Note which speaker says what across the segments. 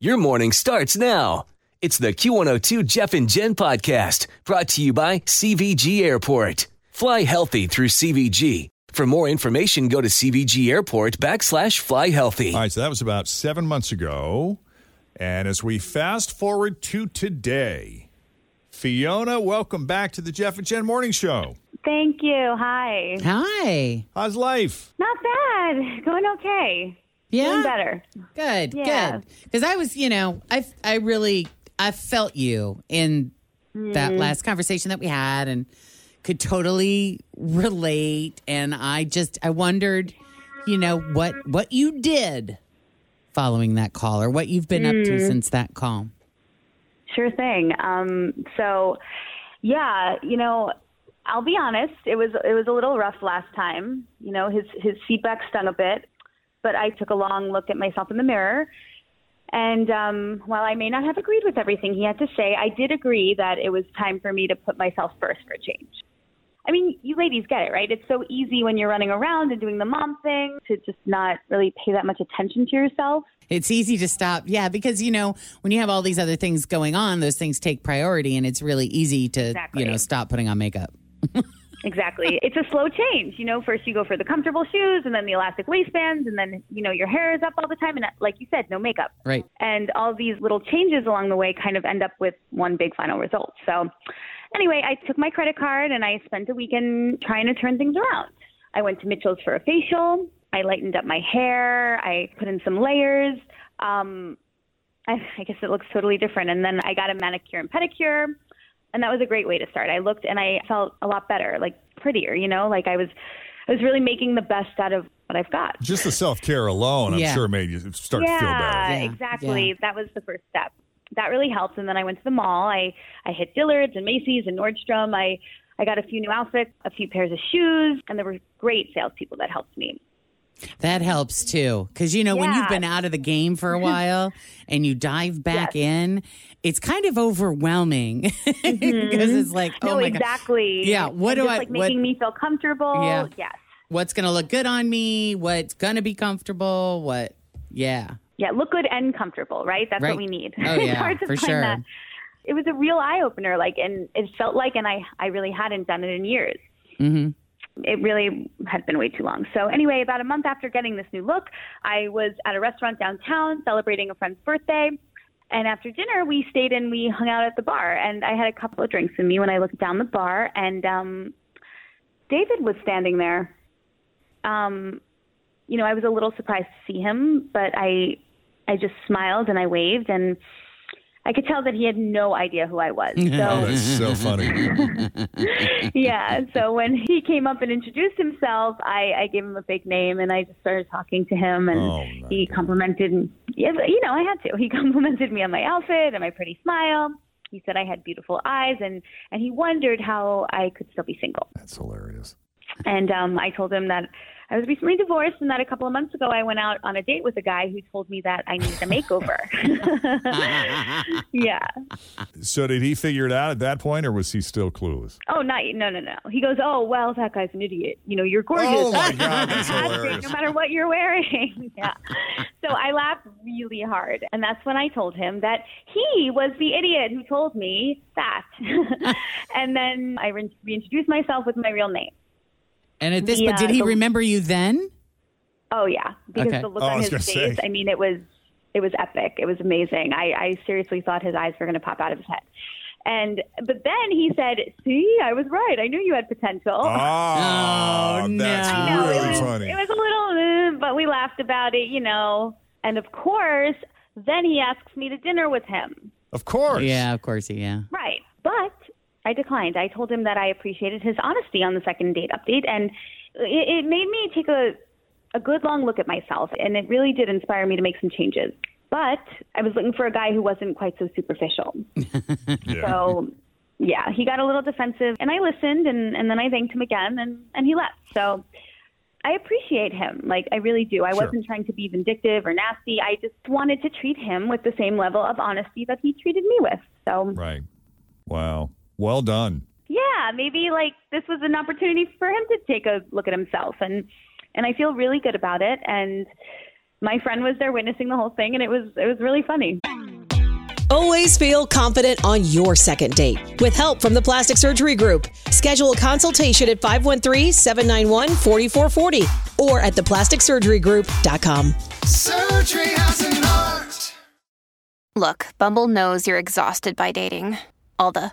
Speaker 1: Your morning starts now. It's the Q102 Jeff and Jen podcast brought to you by CVG Airport. Fly healthy through CVG. For more information, go to CVG Airport backslash fly healthy.
Speaker 2: All right, so that was about seven months ago. And as we fast forward to today, Fiona, welcome back to the Jeff and Jen Morning Show.
Speaker 3: Thank you. Hi.
Speaker 4: Hi.
Speaker 2: How's life?
Speaker 3: Not bad. Going okay.
Speaker 4: Yeah.
Speaker 3: Doing better.
Speaker 4: Good.
Speaker 3: Yeah.
Speaker 4: Good. Because I was, you know, I I really I felt you in that
Speaker 3: Mm.
Speaker 4: last conversation that we had, and could totally relate. And I just I wondered, you know, what what you did following that call, or what you've been up
Speaker 3: Mm.
Speaker 4: to since that call.
Speaker 3: Sure thing. Um, so, yeah, you know, I'll be honest. It was it was a little rough last time. You know, his his feedback stung a bit, but I took a long look at myself in the mirror. And um, while I may not have agreed with everything he had to say, I did agree that it was time for me to put myself first for a change. I mean, you ladies get it, right? It's so easy when you're running around and doing the mom thing to just not really pay that much attention to yourself.
Speaker 4: It's easy to stop. Yeah, because you know, when you have all these other things going on, those things take priority and it's really easy to,
Speaker 3: Exactly.
Speaker 4: you know, stop putting on makeup.
Speaker 3: Exactly. It's a slow change. You know, first you go for the comfortable shoes and then the elastic waistbands and then, you know, your hair is up all the time and like you said, no makeup.
Speaker 4: Right.
Speaker 3: And all these little changes along the way kind of end up with one big final result. So anyway, I took my credit card and I spent a weekend trying to turn things around. I went to Mitchell's for a facial. I lightened up my hair. I put in some layers. Um, I, I guess it looks totally different. And then I got a manicure and pedicure and that was a great way to start. I looked and I felt a lot better, like prettier, you know, like I was I was really making the best out of what I've got.
Speaker 2: Just the self care alone,
Speaker 4: Yeah.
Speaker 2: I'm sure, made you start
Speaker 3: yeah,
Speaker 2: to feel better.
Speaker 4: Yeah,
Speaker 3: exactly.
Speaker 4: yeah.
Speaker 3: That was the first step. That really helped and then I went to the mall. I I hit Dillard's and Macy's and Nordstrom. I I got a few new outfits, a few pairs of shoes, and there were great salespeople that helped me.
Speaker 4: That helps too. Because, you know, when you've
Speaker 3: Yeah.
Speaker 4: been out of the game for a while and you dive back in, it's kind of overwhelming. Because it's like,
Speaker 3: Mm-hmm.
Speaker 4: oh
Speaker 3: no,
Speaker 4: my God,
Speaker 3: exactly.
Speaker 4: Yeah, what
Speaker 3: And
Speaker 4: do
Speaker 3: just,
Speaker 4: I-
Speaker 3: like
Speaker 4: what-
Speaker 3: making me feel comfortable?
Speaker 4: Yeah.
Speaker 3: Yes.
Speaker 4: what's going to look good on me? What's going to be comfortable? What? Yeah.
Speaker 3: Yeah, look good and comfortable, right? That's
Speaker 4: Right.
Speaker 3: what we need.
Speaker 4: Oh,
Speaker 3: it's
Speaker 4: yeah,
Speaker 3: hard to
Speaker 4: for
Speaker 3: find
Speaker 4: sure.
Speaker 3: that. It was a real eye opener, like, and it felt like, and I, I really hadn't done it in years.
Speaker 4: hmm
Speaker 3: It really had been way too long. So anyway, about a month after getting this new look, I was at a restaurant downtown celebrating a friend's birthday. And after dinner, we stayed and we hung out at the bar. And I had a couple of drinks in me when I looked down the bar, and um, David was standing there. Um, you know, I was a little surprised to see him, but I, I just smiled and I waved, and I could tell that he had no idea who I was.
Speaker 2: Oh,
Speaker 3: So
Speaker 2: that's so funny.
Speaker 3: yeah. So when he came up and introduced himself, I, I gave him a fake name and I just started talking to him and
Speaker 2: Oh, my
Speaker 3: he
Speaker 2: God.
Speaker 3: complimented yeah, but, you know, I had to. He complimented me on my outfit and my pretty smile. He said I had beautiful eyes and and he wondered how I could still be single.
Speaker 2: That's hilarious.
Speaker 3: And um, I told him that I was recently divorced and that a couple of months ago I went out on a date with a guy who told me that I needed a makeover. yeah.
Speaker 2: So, did he figure it out at that point, or was he still clueless?
Speaker 3: Oh, not no, no, no. He goes, oh well, that guy's an idiot. You know, you're gorgeous.
Speaker 2: Oh, my God, that's
Speaker 3: Fantastic,
Speaker 2: hilarious.
Speaker 3: No matter what you're wearing. yeah. So I laughed really hard, and that's when I told him that he was the idiot who told me that. and then I re- reintroduced myself with my real name.
Speaker 4: And at this
Speaker 3: The,
Speaker 4: point, did
Speaker 3: uh,
Speaker 4: he
Speaker 3: the-
Speaker 4: remember you then?
Speaker 3: Oh yeah, because
Speaker 4: Okay.
Speaker 3: the look
Speaker 2: Oh, I
Speaker 3: on
Speaker 2: was
Speaker 3: his
Speaker 2: gonna
Speaker 3: face.
Speaker 2: say.
Speaker 3: I mean, it was it was epic. It was amazing. I, I seriously thought his eyes were going to pop out of his head. And but then he said, "See, I was right. I knew you had potential."
Speaker 2: Oh,
Speaker 4: no.
Speaker 2: that's
Speaker 4: I know,
Speaker 2: really
Speaker 3: it was,
Speaker 2: funny.
Speaker 3: It was a little, uh, but we laughed about it, you know. And of course, then he asks me to dinner with him.
Speaker 2: of course.
Speaker 4: Yeah, of course. Yeah.
Speaker 3: Right. But I declined. I told him that I appreciated his honesty on the second date update, and it, it made me take a a good long look at myself, and it really did inspire me to make some changes. But I was looking for a guy who wasn't quite so superficial.
Speaker 2: Yeah.
Speaker 3: So, yeah, he got a little defensive, and I listened, and, and then I thanked him again, and, and he left. So, I appreciate him. Like, I really do. I
Speaker 2: Sure.
Speaker 3: wasn't trying to be vindictive or nasty. I just wanted to treat him with the same level of honesty that he treated me with. So,
Speaker 2: Right. Wow. Well done.
Speaker 3: yeah, maybe like this was an opportunity for him to take a look at himself, and and I feel really good about it. And my friend was there witnessing the whole thing, and it was it was really funny.
Speaker 5: Always feel confident on your second date with help from the Plastic Surgery Group. Schedule a consultation at 513 791 4440 or at theplasticsurgerygroup.com.
Speaker 6: Surgery has an art.
Speaker 7: Look, Bumble knows you're exhausted by dating. All the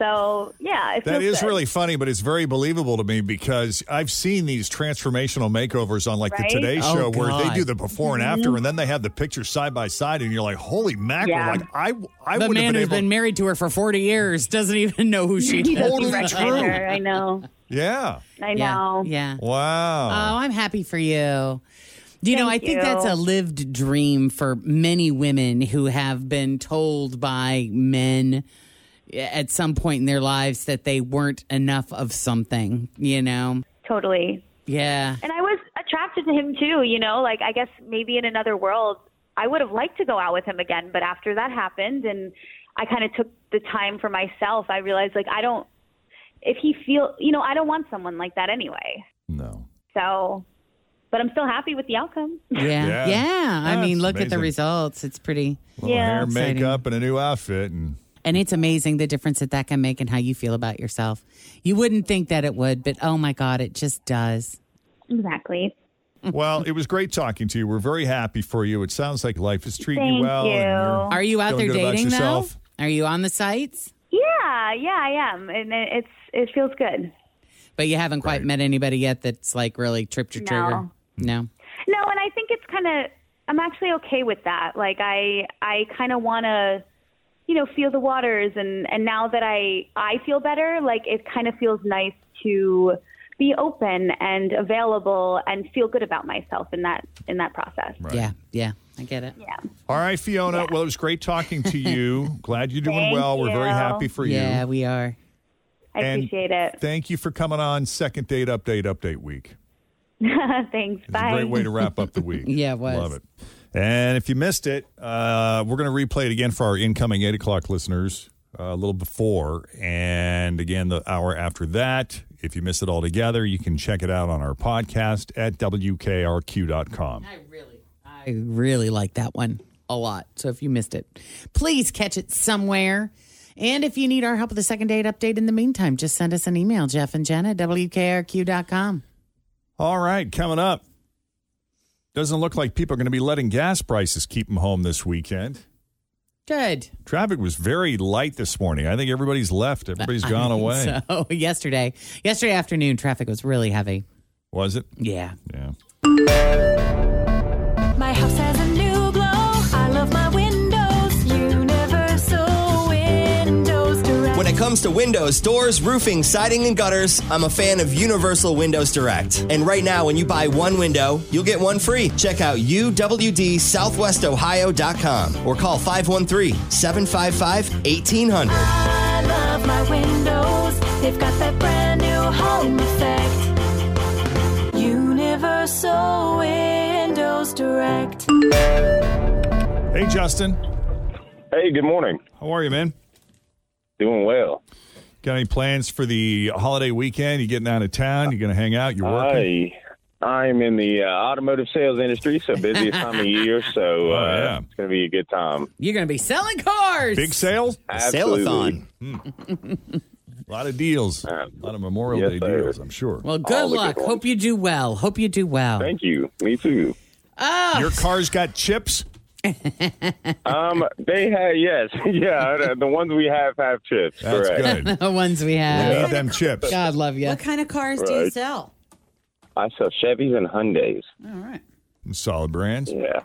Speaker 3: So yeah, it
Speaker 2: That
Speaker 3: feels
Speaker 2: is
Speaker 3: good.
Speaker 2: really funny, but it's very believable to me because I've seen these transformational makeovers on like
Speaker 3: Right?
Speaker 2: the Today
Speaker 4: Oh,
Speaker 2: Show where they
Speaker 4: God.
Speaker 2: do the before and after, and then they have the pictures side by side, and you're like, "Holy mackerel!"
Speaker 3: Yeah.
Speaker 2: Like I, I
Speaker 4: the
Speaker 2: would have
Speaker 4: man
Speaker 2: been
Speaker 4: who's
Speaker 2: able.
Speaker 4: been married to her for 40 years doesn't even know who she is.
Speaker 3: He
Speaker 2: Totally
Speaker 3: recognized
Speaker 2: true.
Speaker 3: her. I know.
Speaker 2: yeah.
Speaker 3: I
Speaker 4: Yeah.
Speaker 3: know.
Speaker 4: Yeah.
Speaker 2: Wow.
Speaker 4: Oh, I'm happy for you. You know, I
Speaker 3: Thank
Speaker 4: think
Speaker 3: you.
Speaker 4: that's a lived dream for many women who have been told by men at some point in their lives that they weren't enough of something, you know?
Speaker 3: Totally.
Speaker 4: Yeah.
Speaker 3: And I was attracted to him too, you know, like I guess maybe in another world I would have liked to go out with him again, but after that happened and I kind of took the time for myself, I realized like I don't if he feel, you know, I don't want someone like that anyway.
Speaker 2: no.
Speaker 3: So but I'm still happy with the outcome.
Speaker 4: Yeah.
Speaker 2: Yeah.
Speaker 4: Yeah. I
Speaker 2: That's
Speaker 4: mean, look at
Speaker 2: amazing.
Speaker 4: the results. It's pretty.
Speaker 2: Little
Speaker 3: Yeah.
Speaker 2: hair,
Speaker 4: Exciting.
Speaker 2: makeup, and a new outfit, and
Speaker 4: And it's amazing the difference that that can make and how you feel about yourself. You wouldn't think that it would, but oh my God, it just does.
Speaker 3: Exactly.
Speaker 2: well, it was great talking to you. We're very happy for you. It sounds like life is treating you
Speaker 3: Thank
Speaker 2: well. and
Speaker 3: you.
Speaker 2: you're-
Speaker 4: Are you out
Speaker 2: Feeling
Speaker 4: there
Speaker 2: good about
Speaker 4: dating now?
Speaker 2: yourself?
Speaker 4: Are you on the sites?
Speaker 3: Yeah, yeah, I am. And it- it's it feels good.
Speaker 4: But you haven't quite met anybody yet that's like really tripped your trigger. No.
Speaker 3: No, and I think it's kind of I'm actually okay with that. Like I I kind of want to you know feel the waters and and now that I I feel better, like it kind of feels nice to be open and available and feel good about myself in that in that process.
Speaker 4: Yeah. Yeah. I get it.
Speaker 2: All right, Fiona. Well, it was great talking to you. Glad you're doing
Speaker 3: Thank
Speaker 2: well. We're very
Speaker 3: you.
Speaker 2: happy for
Speaker 4: Yeah,
Speaker 2: you.
Speaker 4: we are.
Speaker 3: I
Speaker 2: And
Speaker 3: appreciate it.
Speaker 2: Thank you for coming on Second Date Update Update Week.
Speaker 3: Thanks.
Speaker 2: It's
Speaker 3: Bye.
Speaker 2: a great way to wrap up the week.
Speaker 4: Yeah, it was.
Speaker 2: Love it. And if you missed it, uh, we're going to replay it again for our incoming 8 o'clock listeners uh, a little before and again the hour after that. If you miss it all together, you can check it out on our podcast at WKRQ.com.
Speaker 4: I really like that one a lot. So if you missed it, please catch it somewhere. And if you need our help with the second date update in the meantime, just send us an email, Jeff and Jen at WKRQ.com.
Speaker 2: All right, coming up. Doesn't look like people are going to be letting gas prices keep them home this weekend.
Speaker 4: Good.
Speaker 2: Traffic was very light this morning. I think everybody's left. Everybody's gone away.
Speaker 4: So Oh, yesterday, yesterday afternoon, traffic was really heavy.
Speaker 2: Was it?
Speaker 4: Yeah.
Speaker 2: Yeah.
Speaker 8: My house has a new glow. I love my windows. Universal Windows Direct.
Speaker 6: When it comes to windows, doors, roofing, siding, and gutters, I'm a fan of Universal Windows Direct. And right now, when you buy one window, you'll get one free. Check out uwdsouthwestohio.com or call 513 755 1800.
Speaker 8: I love my windows. They've got that brand new home effect. Universal Windows Direct.
Speaker 2: Hey, Justin.
Speaker 9: Hey, good morning.
Speaker 2: How are you, man?
Speaker 9: Doing well.
Speaker 2: Got any plans for the holiday weekend? You getting out of town? You going to hang out? You
Speaker 9: I
Speaker 2: working?
Speaker 9: I'm in the uh, automotive sales industry, so busiest time of year. So uh,
Speaker 2: Oh, yeah.
Speaker 9: it's gonna be a good time.
Speaker 4: You're going to be selling cars.
Speaker 2: Big sales?
Speaker 9: Absolutely.
Speaker 6: Salathon.
Speaker 2: A lot of deals. A lot of Memorial
Speaker 9: Uh, Yes,
Speaker 2: Day
Speaker 9: sir.
Speaker 2: deals, I'm sure.
Speaker 4: Well,
Speaker 9: All
Speaker 4: good
Speaker 9: the good
Speaker 4: luck.
Speaker 9: ones.
Speaker 4: Hope you do well. Hope you do well.
Speaker 9: Thank you. Me too.
Speaker 4: oh,
Speaker 2: Your car's got chips?
Speaker 9: Um, they had yes, yeah. The, the ones we have have chips.
Speaker 2: That's
Speaker 9: correct.
Speaker 2: good.
Speaker 4: the ones we
Speaker 2: Need
Speaker 4: have.
Speaker 2: them chips.
Speaker 4: God love you.
Speaker 8: What kind of cars do you
Speaker 9: Right.
Speaker 8: sell?
Speaker 9: I sell Chevys and Hyundais.
Speaker 4: All right.
Speaker 2: Solid brands.
Speaker 9: Yeah.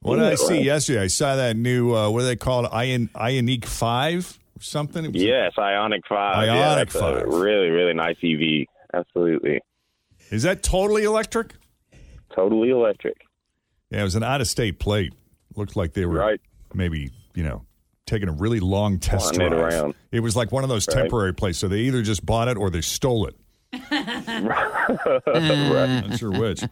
Speaker 2: What did I
Speaker 9: Yeah,
Speaker 2: see
Speaker 9: right.
Speaker 2: yesterday? I saw that new, uh, what do they call it? Ion- Ionique 5 or something? It was-
Speaker 9: Yes, Ionic Five. yeah,
Speaker 2: Ioniq
Speaker 9: that's a
Speaker 2: 5.
Speaker 9: really, really nice E EV. Absolutely,
Speaker 2: Is that totally electric?
Speaker 9: totally electric.
Speaker 2: Yeah, it was an out of state plate. Looked like they were
Speaker 9: Right.
Speaker 2: maybe, you know, taking a really long test
Speaker 9: Wanting it
Speaker 2: drive.
Speaker 9: around.
Speaker 2: It was like one of those
Speaker 9: Right.
Speaker 2: temporary plates. So they either just bought it or they stole it. Not sure which.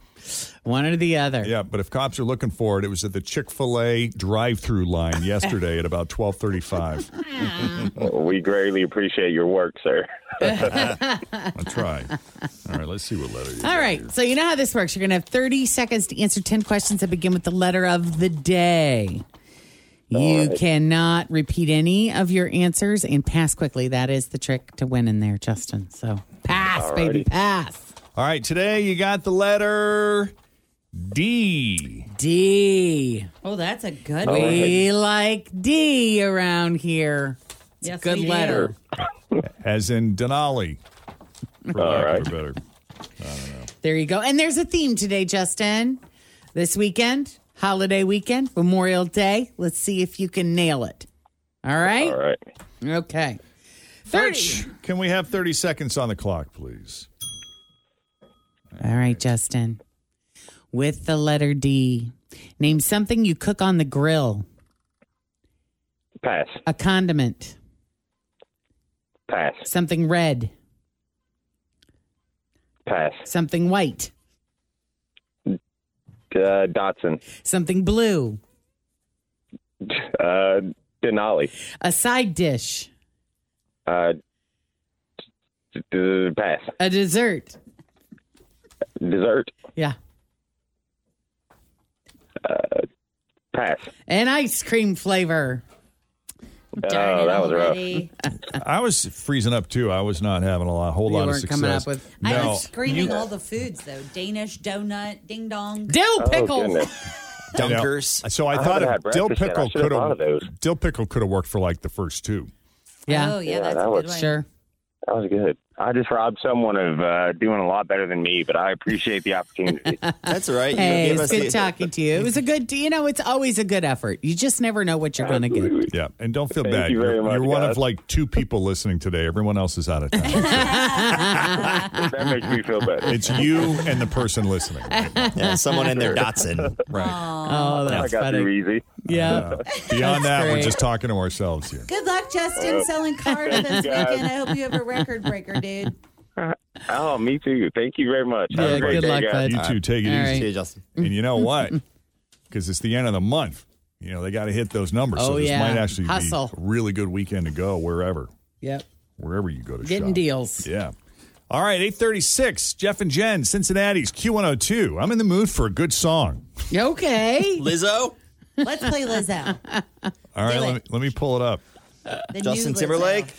Speaker 4: One or the other.
Speaker 2: Yeah, but if cops are looking for it, it was at the Chick Fil A drive-through line yesterday at about twelve thirty-five.
Speaker 9: we greatly appreciate your work, sir.
Speaker 2: That's right. All right, let's see what letter. You
Speaker 4: All
Speaker 2: got
Speaker 4: right. So you know how this works. You're going to have 30 seconds to answer 10 questions that begin with the letter of the day. You cannot repeat any of your answers and pass quickly. That is the trick to winning there, Justin. So pass, baby, pass.
Speaker 2: here. All right, today you got the letter D.
Speaker 4: D.
Speaker 8: Oh, that's a good one.
Speaker 4: We like D around here.
Speaker 8: Yes,
Speaker 4: Good
Speaker 8: we do.
Speaker 4: letter.
Speaker 2: As in Denali. For lack
Speaker 9: right.
Speaker 2: of a better.
Speaker 4: There you go. And there's a theme today, Justin. This weekend, holiday weekend, Memorial Day. Let's see if you can nail it. All right.
Speaker 9: All right.
Speaker 4: Okay. 30.
Speaker 2: Can we have 30 seconds on the clock, please?
Speaker 4: All right, Justin. With the letter D, name something you cook on the grill,
Speaker 9: Pass.
Speaker 4: a condiment,
Speaker 9: Pass.
Speaker 4: something red,
Speaker 9: Pass.
Speaker 4: something white,
Speaker 9: Uh, Dotson.
Speaker 4: something blue,
Speaker 9: Uh, Denali.
Speaker 4: a side dish,
Speaker 9: Uh, d- d- pass.
Speaker 4: a dessert.
Speaker 9: Dessert.
Speaker 4: Yeah.
Speaker 9: Pass.
Speaker 4: An ice cream flavor.
Speaker 8: Darn
Speaker 9: Oh,
Speaker 8: it
Speaker 9: that was rough.
Speaker 8: already.
Speaker 2: I was freezing up too. I was not having a lot, whole
Speaker 4: You
Speaker 2: lot of
Speaker 4: weren't
Speaker 2: success.
Speaker 4: coming up with-
Speaker 2: no,
Speaker 8: I was screaming all the foods though. Danish donut, ding dong.
Speaker 4: Dill pickles.
Speaker 9: Oh, goodness.
Speaker 2: you know,
Speaker 6: Dunkers.
Speaker 2: so I,
Speaker 9: I haven't
Speaker 2: thought if
Speaker 9: had
Speaker 2: dill
Speaker 9: breakfast yet. I
Speaker 2: pickle
Speaker 9: should have
Speaker 2: could
Speaker 9: thought of those.
Speaker 2: have dill pickle could have worked for like the first two.
Speaker 4: Yeah.
Speaker 8: Oh yeah,
Speaker 9: Yeah,
Speaker 8: that's
Speaker 9: that
Speaker 8: a good
Speaker 9: was-
Speaker 8: one.
Speaker 4: Sure.
Speaker 9: That was good. I just robbed someone of uh, doing a lot better than me, but I appreciate the opportunity.
Speaker 6: That's all right. you
Speaker 4: Hey,
Speaker 6: gave
Speaker 4: it's
Speaker 6: us
Speaker 4: good
Speaker 6: the-
Speaker 4: talking to you. It was a good, you know, it's always a good effort. You just never know what you're going to get.
Speaker 2: Yeah, and don't feel
Speaker 9: Thank
Speaker 2: bad.
Speaker 9: you very
Speaker 2: are
Speaker 9: much,
Speaker 2: one
Speaker 9: guys.
Speaker 2: of like two people listening today. Everyone else is out of town.
Speaker 9: that makes me feel better.
Speaker 2: it's you and the person listening.
Speaker 6: Yeah, someone in their Datsun.
Speaker 2: Right.
Speaker 4: Oh,
Speaker 9: I
Speaker 4: that's
Speaker 9: got
Speaker 4: funny.
Speaker 9: through easy.
Speaker 4: Yeah.
Speaker 2: Beyond that, we're
Speaker 4: great.
Speaker 2: just talking to ourselves here.
Speaker 8: Good luck, Justin, selling cars this
Speaker 9: Thank you, guys.
Speaker 8: weekend. I hope you have a record breaker, dude.
Speaker 9: Oh, me too. Thank you very much. Have
Speaker 4: Yeah,
Speaker 9: a great
Speaker 4: good
Speaker 9: day,
Speaker 4: luck,
Speaker 9: guys.
Speaker 4: bud.
Speaker 2: You two take it
Speaker 4: All
Speaker 2: easy.
Speaker 4: right.
Speaker 6: See you, Justin.
Speaker 2: And you know what? Because it's the end of the month. You know, they got to hit those numbers. so
Speaker 4: Oh,
Speaker 2: this
Speaker 4: yeah.
Speaker 2: might actually
Speaker 4: Hustle.
Speaker 2: be a really good weekend to go wherever,
Speaker 4: Yep.
Speaker 2: wherever you go to
Speaker 4: Getting
Speaker 2: shop.
Speaker 4: deals.
Speaker 2: Yeah. All right, 836, Jeff and Jen, Cincinnati's Q102. I'm in the mood for a good song.
Speaker 4: Okay.
Speaker 6: Lizzo?
Speaker 8: Let's play Lizzo.
Speaker 2: All right,
Speaker 8: Do
Speaker 2: let
Speaker 8: it.
Speaker 2: me, let me pull it up.
Speaker 8: The
Speaker 6: Justin
Speaker 8: new Lizzo.
Speaker 6: Timberlake?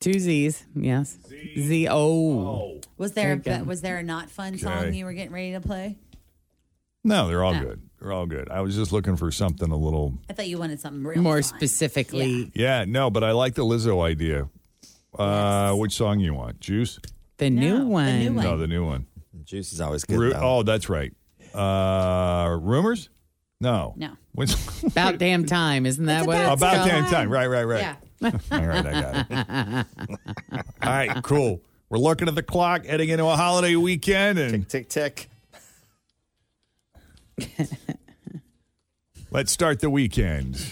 Speaker 4: Two Z's. Yes. Z O.
Speaker 8: Was there, a, was there a not fun song
Speaker 2: Okay.
Speaker 8: you were getting ready to play?
Speaker 2: No, they're all good. They're all good. I was just looking for something a little.
Speaker 8: I thought you wanted something real
Speaker 4: More
Speaker 8: fun.
Speaker 4: specifically
Speaker 2: Yeah, no, but I like the Lizzo idea. Uh, Which song you want? Juice?
Speaker 4: the
Speaker 8: No,
Speaker 4: new one.
Speaker 8: The new one.
Speaker 2: No, the new one.
Speaker 6: Juice is always good.
Speaker 2: Ru-
Speaker 6: though.
Speaker 2: oh, that's right. Uh, rumors? No.
Speaker 8: No.
Speaker 2: When's-
Speaker 4: About damn time, isn't that what it's
Speaker 2: about
Speaker 4: called?
Speaker 2: damn time. Right, right, right. All right, I got it. All right, cool. We're looking at the clock, heading into a holiday weekend, and
Speaker 6: Tick, tick, tick.
Speaker 2: let's start the weekend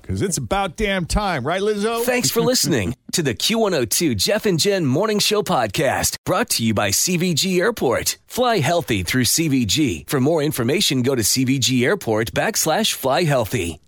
Speaker 2: because it's about damn time, right, Lizzo?
Speaker 1: Thanks for listening to the Q102 Jeff and Jen Morning Show Podcast, brought to you by CVG Airport. Fly healthy through CVG. For more information, go to CVG Airport backslash fly healthy.